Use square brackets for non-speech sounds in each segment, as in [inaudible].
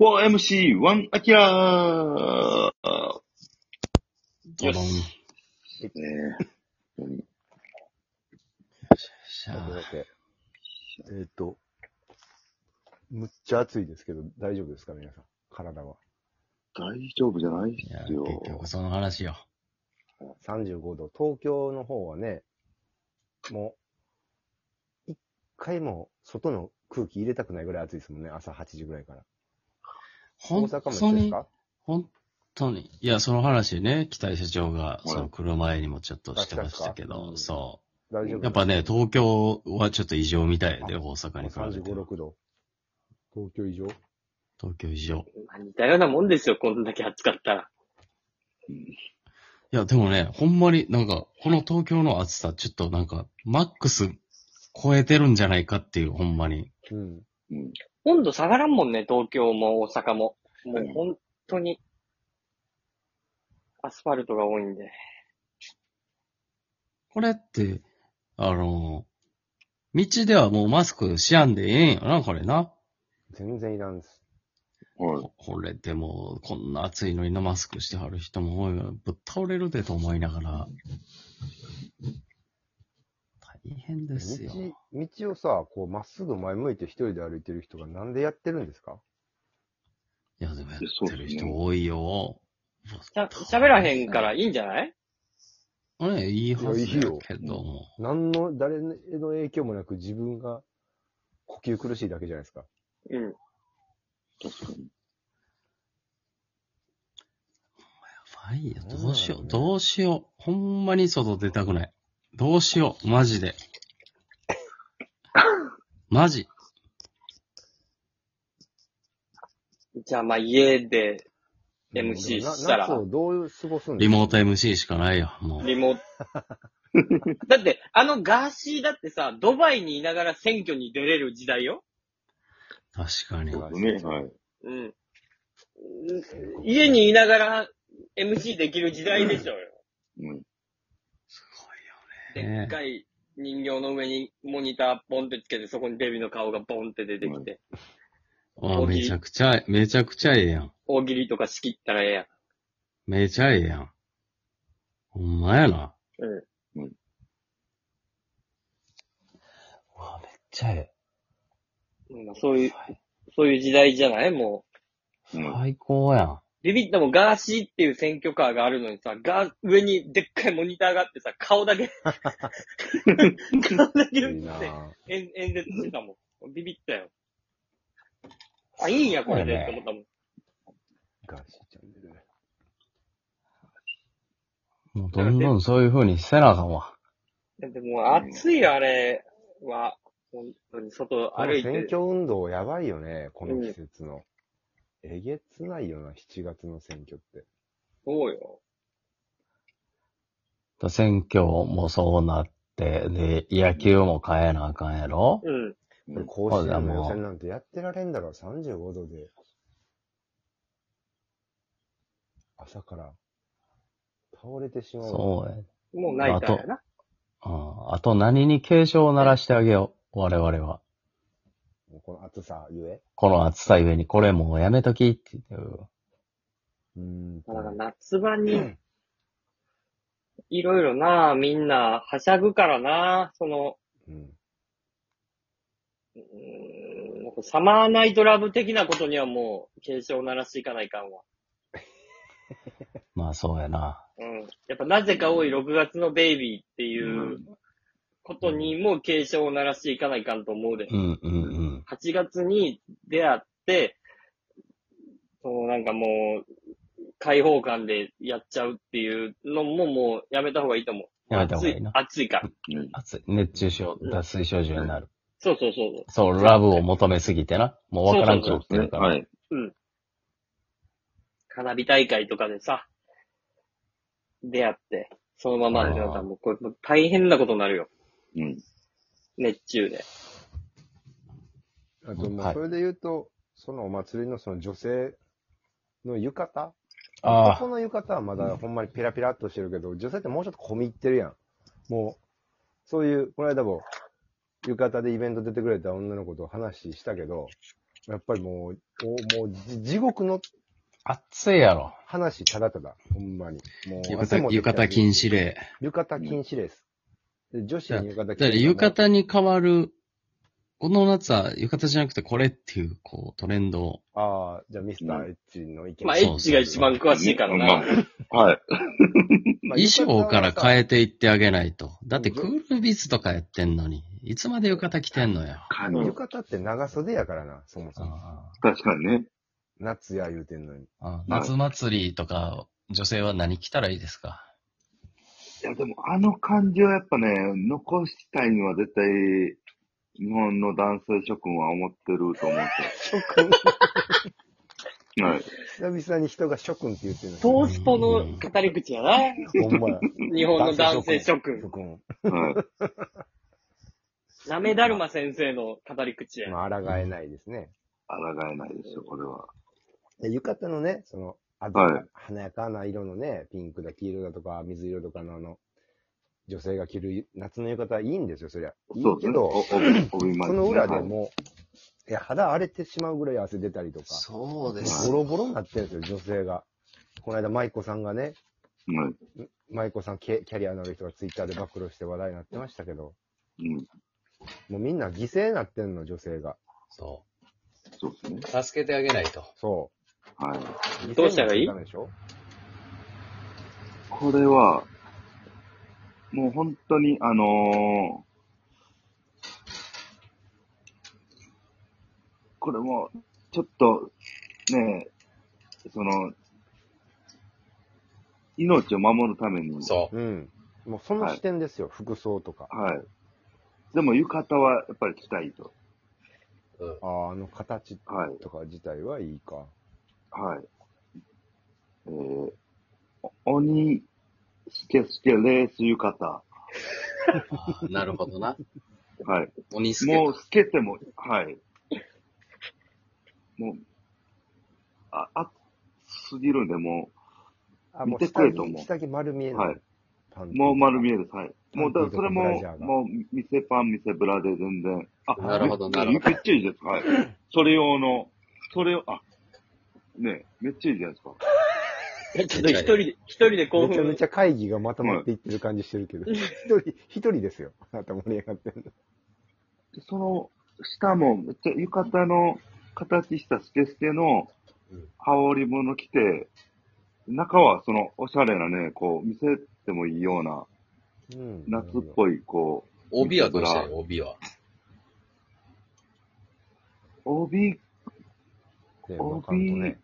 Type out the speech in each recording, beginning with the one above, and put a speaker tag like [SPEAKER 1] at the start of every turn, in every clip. [SPEAKER 1] 4MC1 アキラー
[SPEAKER 2] ドドン。
[SPEAKER 1] ねえ。
[SPEAKER 2] しゃ
[SPEAKER 3] なんだ
[SPEAKER 2] あ
[SPEAKER 3] っけえーっ、と、むっちゃ暑いですけど、大丈夫ですか皆さん。体は。
[SPEAKER 1] 大丈夫じゃない
[SPEAKER 2] いや、
[SPEAKER 1] っすよ。
[SPEAKER 2] 結局その話よ。
[SPEAKER 3] 35度。東京の方はね、もう、一回も外の空気入れたくないぐらい暑いですもんね。朝8時ぐらいから。
[SPEAKER 2] ほ
[SPEAKER 3] 大
[SPEAKER 2] ん
[SPEAKER 3] 阪
[SPEAKER 2] と
[SPEAKER 3] も一緒です
[SPEAKER 2] に、
[SPEAKER 3] か
[SPEAKER 2] 本当に。いや、その話ね、北井社長が、
[SPEAKER 1] い
[SPEAKER 2] その来る前にもちょっとしてましたけ
[SPEAKER 3] 確か
[SPEAKER 2] ど、
[SPEAKER 3] に
[SPEAKER 2] そ
[SPEAKER 3] 大丈夫
[SPEAKER 2] う。やっぱね、東京はちょっと異常みたいで、
[SPEAKER 3] あ
[SPEAKER 2] 大阪に比べ
[SPEAKER 3] 35、
[SPEAKER 2] て。
[SPEAKER 3] 6度。東京以上
[SPEAKER 2] 東京異常。
[SPEAKER 4] まあ似たようなもんですよ、こんだけ暑かったら。
[SPEAKER 2] いや、でもね、ほんまになんか、この東京の暑さ、ちょっとなんか、マックス超えてるんじゃないかっていう、ほんまに。
[SPEAKER 3] うん。
[SPEAKER 1] うん。
[SPEAKER 4] 温度下がらんもんね、東京も大阪も。もう本当に、アスファルトが多いんで。
[SPEAKER 2] これって、あの、道ではもうマスクしやんでええんよな、これな。
[SPEAKER 3] 全然いらんです。
[SPEAKER 1] はい。
[SPEAKER 2] ここれでも、こんな暑いのになマスクしてはる人も多いから、ぶっ倒れるでと思いながら。大変ですよ。
[SPEAKER 3] 道、道をさ、こう、まっすぐ前向いて一人で歩いてる人がなんでやってるんですか
[SPEAKER 2] いや、でもやってる人多いよ。
[SPEAKER 4] しゃ、喋らへんからいいんじゃない
[SPEAKER 2] あれ、いいはず
[SPEAKER 3] いやいい
[SPEAKER 2] や
[SPEAKER 3] よ
[SPEAKER 2] けども。
[SPEAKER 3] 何の、誰の影響もなく自分が呼吸苦しいだけじゃないですか。
[SPEAKER 4] うん。
[SPEAKER 1] 確かに。
[SPEAKER 2] やばいよ。
[SPEAKER 3] そうだよ
[SPEAKER 2] ど
[SPEAKER 3] ね
[SPEAKER 2] うしよう。どうしよう。ほんまに外出たくない。どうしよう。マジ
[SPEAKER 4] [laughs]
[SPEAKER 2] で。マジ。
[SPEAKER 4] じゃあまあ家で MC
[SPEAKER 3] な
[SPEAKER 4] したら
[SPEAKER 3] 夏をどう過ごすんで
[SPEAKER 2] リ
[SPEAKER 3] すか
[SPEAKER 2] モート MC しかないよ。もう。
[SPEAKER 4] リモート。だって、あのガーシーだってさ、ドバイにいながら選挙に出れる時代よ。
[SPEAKER 2] 確かに。
[SPEAKER 1] ごめん、はい。
[SPEAKER 4] うん。家にいながら MC できる時代でしょうよ。
[SPEAKER 1] うん。
[SPEAKER 2] ね
[SPEAKER 4] でっかい人形の上にモニターポンってつけて、そこにデビの顔がボンって出てきて、
[SPEAKER 2] あ
[SPEAKER 4] 大喜利
[SPEAKER 2] めちゃくちゃ、めちゃくちゃええやん。
[SPEAKER 4] 大喜利とか仕切ったらええやん。
[SPEAKER 2] めちゃええやん。ほんまやな。
[SPEAKER 1] うんうん。
[SPEAKER 2] うわ、めっちゃえ
[SPEAKER 4] うんそういう、そういう時代じゃないも
[SPEAKER 1] う
[SPEAKER 2] え。
[SPEAKER 1] ん。
[SPEAKER 2] 最高やん。
[SPEAKER 4] う。ビビってもガーシーっていう選挙カーがあるのにさ、ガー、上にでっかいモニターがあってさ、顔 [laughs] だけ、顔だけ
[SPEAKER 3] い
[SPEAKER 4] 映
[SPEAKER 3] いな
[SPEAKER 4] っ
[SPEAKER 3] ぁ
[SPEAKER 4] て演演説してたもん。ビビったよ。あ、いいんや、これで、って思ったもん。
[SPEAKER 3] ガーシーチャンネル。
[SPEAKER 2] もうどんどんそういう風にせなあかんわ。
[SPEAKER 4] だってもう暑い、あれは、本当に外
[SPEAKER 3] こ
[SPEAKER 4] 歩
[SPEAKER 3] の
[SPEAKER 4] い
[SPEAKER 3] 選
[SPEAKER 4] て。
[SPEAKER 3] 挙運動やばいよね、この季節の。えげつないよな、7月の選挙って。
[SPEAKER 4] そうよ。
[SPEAKER 2] 選挙もそうなって、で、野球も変えなあかんやろ
[SPEAKER 4] うん。
[SPEAKER 1] う
[SPEAKER 3] これ
[SPEAKER 1] ん
[SPEAKER 3] 甲子園の予選なんてやってられんだろ、35度で。朝から、倒れてしまう。
[SPEAKER 2] そうや。
[SPEAKER 4] もうないからやな。
[SPEAKER 2] うん。あと何に警鐘を鳴らしてあげよう。我々は。
[SPEAKER 3] もうこの暑さゆえ。
[SPEAKER 2] この暑さゆえにこれもうやめときっていう。
[SPEAKER 3] うーん。
[SPEAKER 4] だから夏場に、いろいろな、みんな、はしゃぐからな、その、
[SPEAKER 3] うん。
[SPEAKER 4] うーんサマーナイトラブ的なことにはもう、警鐘を鳴らしていかないかんわ。
[SPEAKER 2] まあそうやな。
[SPEAKER 4] うん。やっぱなぜか多い6月のベイビーっていうことにも警鐘を鳴らしていかないかんと思うで。
[SPEAKER 2] うんうんうん。
[SPEAKER 4] 8月に出会って、そのなんかもう、開放感でやっちゃうっていうのももうやめた方がいいと思う。
[SPEAKER 2] やめた方がいいな
[SPEAKER 4] 暑い暑いから。
[SPEAKER 1] うん。
[SPEAKER 2] 暑い。熱中症、脱水症状になる。
[SPEAKER 4] そうそうそう。
[SPEAKER 2] そう、ラブを求めすぎてな。もうわからんく
[SPEAKER 1] そ
[SPEAKER 2] な
[SPEAKER 1] う
[SPEAKER 2] っ
[SPEAKER 1] です
[SPEAKER 2] て
[SPEAKER 1] ね
[SPEAKER 2] る。から。
[SPEAKER 1] はい。
[SPEAKER 4] 花火大会とかでさ、出会って、そのままってなったらもうこれもう大変なことになるよ。
[SPEAKER 1] うん。
[SPEAKER 4] 熱中で。
[SPEAKER 3] あと、ま
[SPEAKER 2] は
[SPEAKER 3] あ、
[SPEAKER 2] い
[SPEAKER 3] それで言うと、そのお祭りのその女性の浴衣
[SPEAKER 2] あ
[SPEAKER 3] 男の浴衣はまだほんまにペラペラっとしてるけど、女性ってもうちょっと込み入ってるやん。もう、そういう、この間も、浴衣でイベント出てくれた女の子と話したけど、やっぱりもう、おもうじ地獄の
[SPEAKER 2] 暑いやろ。
[SPEAKER 3] 話、ただただ、ほんまに。もう
[SPEAKER 2] 浴
[SPEAKER 3] 汗
[SPEAKER 2] 衣
[SPEAKER 3] も出
[SPEAKER 2] 浴
[SPEAKER 3] て
[SPEAKER 2] 衣禁止令。
[SPEAKER 3] 浴衣禁止です。で女子に浴衣
[SPEAKER 2] だから浴衣に変わる、この夏は浴衣じゃなくてこれっていう、こう、トレンドを。
[SPEAKER 3] ああ、じゃあミスターエッチの意見。
[SPEAKER 4] まあ、エ
[SPEAKER 2] そう
[SPEAKER 4] ッチが一番詳しいからな。
[SPEAKER 1] まあはい。
[SPEAKER 3] まあ
[SPEAKER 2] 衣装から変
[SPEAKER 3] え、
[SPEAKER 2] えていってあげないと。だって
[SPEAKER 3] うん
[SPEAKER 2] クールビズとかやってんのに、いつまで浴衣着てんのよ。
[SPEAKER 1] か
[SPEAKER 3] 浴
[SPEAKER 1] に。
[SPEAKER 3] 衣って長袖やからな、そもそも。
[SPEAKER 2] あ
[SPEAKER 1] 確かにね。
[SPEAKER 3] 夏や言うてんのに。
[SPEAKER 2] ああ夏祭りとか、女性は何着たらいいですか
[SPEAKER 1] いや、でもあの感じはやっぱね、残したいには絶対、日本の男性諸君は思ってると思うんです
[SPEAKER 3] 諸君。
[SPEAKER 1] よ。はい。
[SPEAKER 3] 久々に人が諸君って言ってるの。
[SPEAKER 4] トースポの語り口やな。
[SPEAKER 3] ほんまや。
[SPEAKER 4] [laughs] 日本の男性諸
[SPEAKER 3] 諸
[SPEAKER 4] 君。
[SPEAKER 3] 君。
[SPEAKER 1] はい。
[SPEAKER 4] なめだるま先生の語り口や。
[SPEAKER 3] まあ、抗えないですね。
[SPEAKER 1] 抗えないですよ、これは。
[SPEAKER 3] で浴衣のね、その、あず
[SPEAKER 1] はい
[SPEAKER 3] 華やかな色のね、ピンクだ、黄色だとか、水色とかのあの、女性が着る夏の浴衣はいいんですよ、そりゃ。いい
[SPEAKER 1] そうで
[SPEAKER 3] け
[SPEAKER 1] すね。
[SPEAKER 3] ど、
[SPEAKER 1] おお帯ま
[SPEAKER 3] そ
[SPEAKER 1] でね
[SPEAKER 3] の裏で
[SPEAKER 1] はい
[SPEAKER 3] もう、いや、肌荒れてしまうぐらい汗出たりとか、
[SPEAKER 2] そうですす。
[SPEAKER 3] ボロボロになってるんですよ、女性が。この間、舞子さんがね、
[SPEAKER 1] はい。
[SPEAKER 3] 舞子さんキャキャリアのある人がツイッターで暴露して話題になってましたけど、
[SPEAKER 1] うん。
[SPEAKER 3] もうみんな犠牲になってんの、女性が。
[SPEAKER 2] そ
[SPEAKER 1] そうですね。
[SPEAKER 2] う。助けてあげないと。
[SPEAKER 3] そ
[SPEAKER 1] はい。
[SPEAKER 3] う。
[SPEAKER 4] どうしたらいい
[SPEAKER 3] 犠牲になっちゃダメでしょ
[SPEAKER 1] これは、もう本当に、あのーこれも、ちょっと、ねえ、その、命を守るために、
[SPEAKER 2] そう
[SPEAKER 3] うん。もうその視点ですよ、服装とか。
[SPEAKER 1] はい。でも浴衣はやっぱり着たいと。
[SPEAKER 2] う。うん
[SPEAKER 3] あーあの形
[SPEAKER 1] はい。
[SPEAKER 3] とか自体はいいか。
[SPEAKER 1] はい。えー、お鬼、すけすけレース浴衣。
[SPEAKER 2] ああなるほどな。
[SPEAKER 1] はい。
[SPEAKER 2] 鬼助
[SPEAKER 1] もう透けても、
[SPEAKER 3] [laughs]
[SPEAKER 1] はい。もう、あ、暑すぎるんで、も
[SPEAKER 3] あ、も
[SPEAKER 1] 見
[SPEAKER 3] う
[SPEAKER 1] て
[SPEAKER 3] 下
[SPEAKER 1] くれ
[SPEAKER 3] 着
[SPEAKER 1] と思う
[SPEAKER 3] 下着丸見え
[SPEAKER 1] う、
[SPEAKER 3] な
[SPEAKER 1] はいい。。
[SPEAKER 3] パンツ
[SPEAKER 1] もう丸見えです、はい。もう、だからそれ
[SPEAKER 3] ブラ
[SPEAKER 1] も
[SPEAKER 3] ジャー、が
[SPEAKER 1] もう、店パン、店ブラで全然。あ、
[SPEAKER 2] なるほど
[SPEAKER 1] め
[SPEAKER 2] なるほど
[SPEAKER 1] めっちゃいいです、はい。それ用の、それを、あ、ねえめっちゃいいじゃないですか。
[SPEAKER 4] ちょっと一人で、一人で興
[SPEAKER 3] めちゃめ
[SPEAKER 4] 奮
[SPEAKER 3] ち。ゃ会議がまとまっていってる感じしてるけど、一人、一人ですよ。あなた盛り上がってる
[SPEAKER 1] でその、下も、めっちゃ浴衣の形したスケスケの
[SPEAKER 2] うん、
[SPEAKER 1] 羽織物着て、中はその、おしゃれなね、こう、見せてもいいような、
[SPEAKER 3] の。うん。
[SPEAKER 1] 夏っぽい、こう、
[SPEAKER 2] 帯はどうしたらいい帯は。
[SPEAKER 1] 帯
[SPEAKER 3] いわかんとね。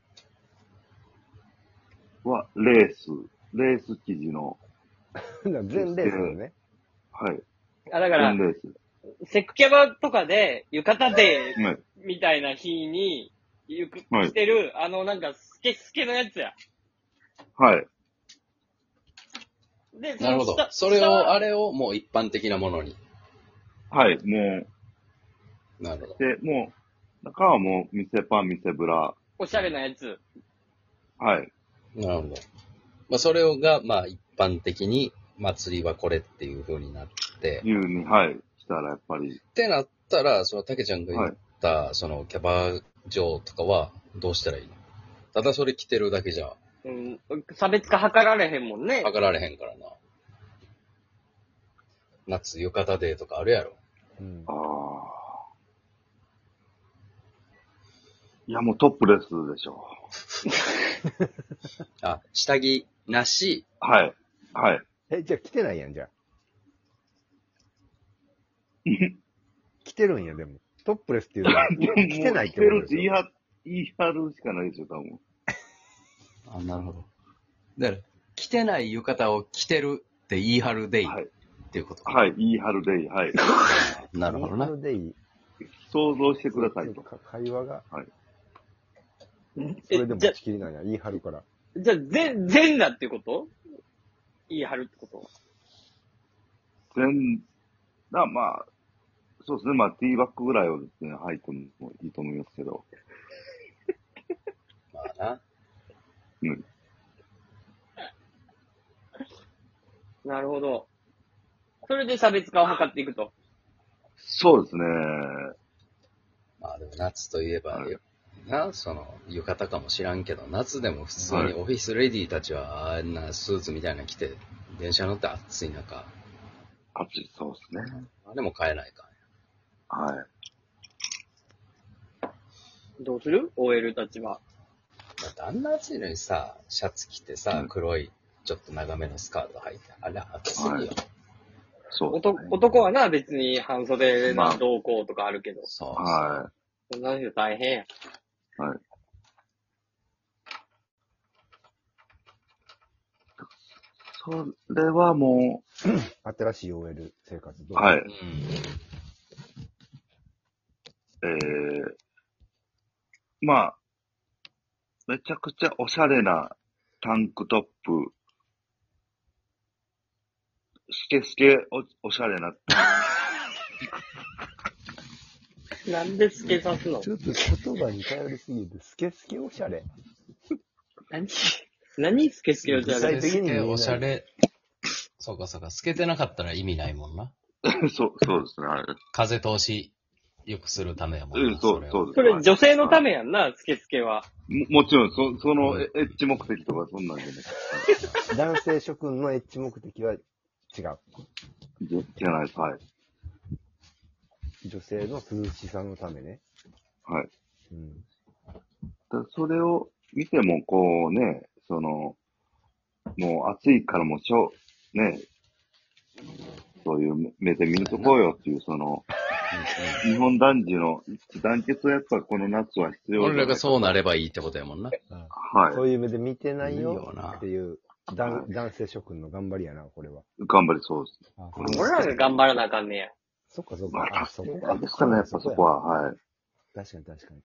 [SPEAKER 1] はレース、レース生地の、
[SPEAKER 3] 全レースのね。
[SPEAKER 1] はい、
[SPEAKER 4] あ、だから
[SPEAKER 1] 全、レース。
[SPEAKER 4] セクキャバとかで、浴衣で、
[SPEAKER 1] はい、
[SPEAKER 4] みたいな日に、ゆく、
[SPEAKER 1] はい
[SPEAKER 4] してる、あの、なんか、スケスケのやつや。
[SPEAKER 1] はい、
[SPEAKER 4] で、
[SPEAKER 2] なるほど
[SPEAKER 4] 下。
[SPEAKER 2] それ
[SPEAKER 4] 下
[SPEAKER 2] を、
[SPEAKER 4] は
[SPEAKER 2] あれをもう一般的なものに。
[SPEAKER 1] はい、も
[SPEAKER 2] なるほど
[SPEAKER 1] う、。で、もう、中はもう、店パン、店ブラ、
[SPEAKER 4] おしゃれなやつ。
[SPEAKER 1] はい、
[SPEAKER 2] なるほど。まあ、それをが、まあ、一般的に、祭りはこれっていう風になって、
[SPEAKER 1] いうに、はい、したらやっぱり、
[SPEAKER 2] ってなったら、その、たけちゃんが言った、その、キャバ嬢とかは、どうしたらいいのただそれ着てるだけじゃ、
[SPEAKER 4] うん、差別化図られへんもんね。
[SPEAKER 2] 測られへんからな。夏、浴衣デーとかあるやろ。
[SPEAKER 3] うん
[SPEAKER 1] ああ。いや、もうトップレスでしょ
[SPEAKER 2] あ、下着なし、
[SPEAKER 1] う。はい、はい。
[SPEAKER 3] え、じゃあ来てないやん、じゃ
[SPEAKER 1] [laughs]
[SPEAKER 3] あ。来てるんや、でも。トップレスっていうのは、来てないっ
[SPEAKER 1] ってて
[SPEAKER 3] こ
[SPEAKER 1] る
[SPEAKER 3] とで
[SPEAKER 1] って
[SPEAKER 3] す
[SPEAKER 1] 言い
[SPEAKER 3] よ。
[SPEAKER 1] は、言い張るしかないですよ、多分。
[SPEAKER 2] あ、なるほど。だから、着てない浴衣を着てるって言い張るデイっ
[SPEAKER 1] はい、
[SPEAKER 2] ていうことか。
[SPEAKER 1] はい、言い張るでいい、はい。
[SPEAKER 2] なるほどな。
[SPEAKER 3] でいい。
[SPEAKER 1] 想像してくださいと。
[SPEAKER 3] か会話が、そ
[SPEAKER 4] え
[SPEAKER 3] れでも
[SPEAKER 4] じゃ
[SPEAKER 3] 打、ち切りなんや。言い張るから。
[SPEAKER 4] じゃ、全、全裸ってこと言い張るってこと
[SPEAKER 1] 全、だまあ、そうですね、まあ、ティーバックぐらいをですね、履いてもいいと思いますけど、
[SPEAKER 2] まあな。
[SPEAKER 1] うん。
[SPEAKER 4] なるほど。それで差別化を図っていくと。
[SPEAKER 1] そうですね。
[SPEAKER 2] まあでも夏といえば
[SPEAKER 1] は、
[SPEAKER 2] な、その、浴衣かもしらんけど、夏でも普通
[SPEAKER 1] はい
[SPEAKER 2] にオフィスレディーたちは、あんなスーツみたいなの着て、電車乗って暑い中、
[SPEAKER 1] 暑い、そうですね。
[SPEAKER 2] あれも買えないかん
[SPEAKER 1] はい。
[SPEAKER 4] どうする ?OL たちは。
[SPEAKER 2] だってあんな暑いのにさ、シャツ着てさ
[SPEAKER 1] う、ん
[SPEAKER 2] 黒い、ちょっと長めのスカート履いて、あれ暑い
[SPEAKER 1] はい
[SPEAKER 2] よ。
[SPEAKER 1] そうです
[SPEAKER 4] 男
[SPEAKER 1] ね、
[SPEAKER 4] 男はな、別に半袖
[SPEAKER 1] ま
[SPEAKER 4] の
[SPEAKER 1] あ
[SPEAKER 4] 同行とかあるけど。
[SPEAKER 2] そうそう。
[SPEAKER 1] は
[SPEAKER 4] そんな人大変や。
[SPEAKER 1] い。それはも
[SPEAKER 3] 新しい OL 生活
[SPEAKER 1] う、
[SPEAKER 3] どう
[SPEAKER 1] はい。
[SPEAKER 2] うん。
[SPEAKER 1] えー、まあ、めちゃくちゃおしゃれなタンクトップ、スケスケおおしゃれな [laughs]
[SPEAKER 4] なんで透けさすの
[SPEAKER 3] ちょっと言葉に頼りすぎて、スケスケおしゃれ。
[SPEAKER 4] 何何透け透けのじゃ
[SPEAKER 3] 具
[SPEAKER 4] な
[SPEAKER 3] 体
[SPEAKER 4] い
[SPEAKER 3] 的に見えない
[SPEAKER 2] おしゃれ。そうかそうか。透けてなかったら意味ないもんな。
[SPEAKER 1] タンそう、そうですね、あれ。
[SPEAKER 2] 風通し、良くするためやもん
[SPEAKER 1] う
[SPEAKER 2] な。
[SPEAKER 1] ん、そう
[SPEAKER 2] れ、は
[SPEAKER 1] そうです。
[SPEAKER 4] それ女性のた
[SPEAKER 1] め
[SPEAKER 4] めやんな、透け透けは。
[SPEAKER 1] ももちろん、そその
[SPEAKER 2] うん
[SPEAKER 1] エエッチ目的とかそんなんじゃない
[SPEAKER 3] 男性諸君のエッチ目的は違う。
[SPEAKER 1] じゃ [laughs] じゃないです。はい。
[SPEAKER 3] 女性の涼しさのためね。
[SPEAKER 1] はい。
[SPEAKER 3] うん。
[SPEAKER 1] だそれを見ても、こうね、その、もう暑いからもうしょう、ね、そういう目で見とこうよっていう、その、日本男児の団結はやっぱこの夏は必要
[SPEAKER 2] 俺らがそうな
[SPEAKER 1] れ。
[SPEAKER 2] ればいいってことやもんな。
[SPEAKER 1] はい。
[SPEAKER 3] そういう目で見てない
[SPEAKER 2] いいよ
[SPEAKER 3] よ
[SPEAKER 2] な
[SPEAKER 3] っていう、男男性諸君の頑張りやな、これは。
[SPEAKER 1] 頑張りそうです。
[SPEAKER 3] あ
[SPEAKER 1] うん
[SPEAKER 4] 俺らが頑張らなあかんねや。
[SPEAKER 3] そっかそっ
[SPEAKER 1] ま
[SPEAKER 3] か。
[SPEAKER 1] あ、
[SPEAKER 3] あ、
[SPEAKER 1] そ
[SPEAKER 3] そこ
[SPEAKER 1] こ
[SPEAKER 3] か。
[SPEAKER 1] ですからね、やっぱそこは、はい。
[SPEAKER 3] 確かに確かに。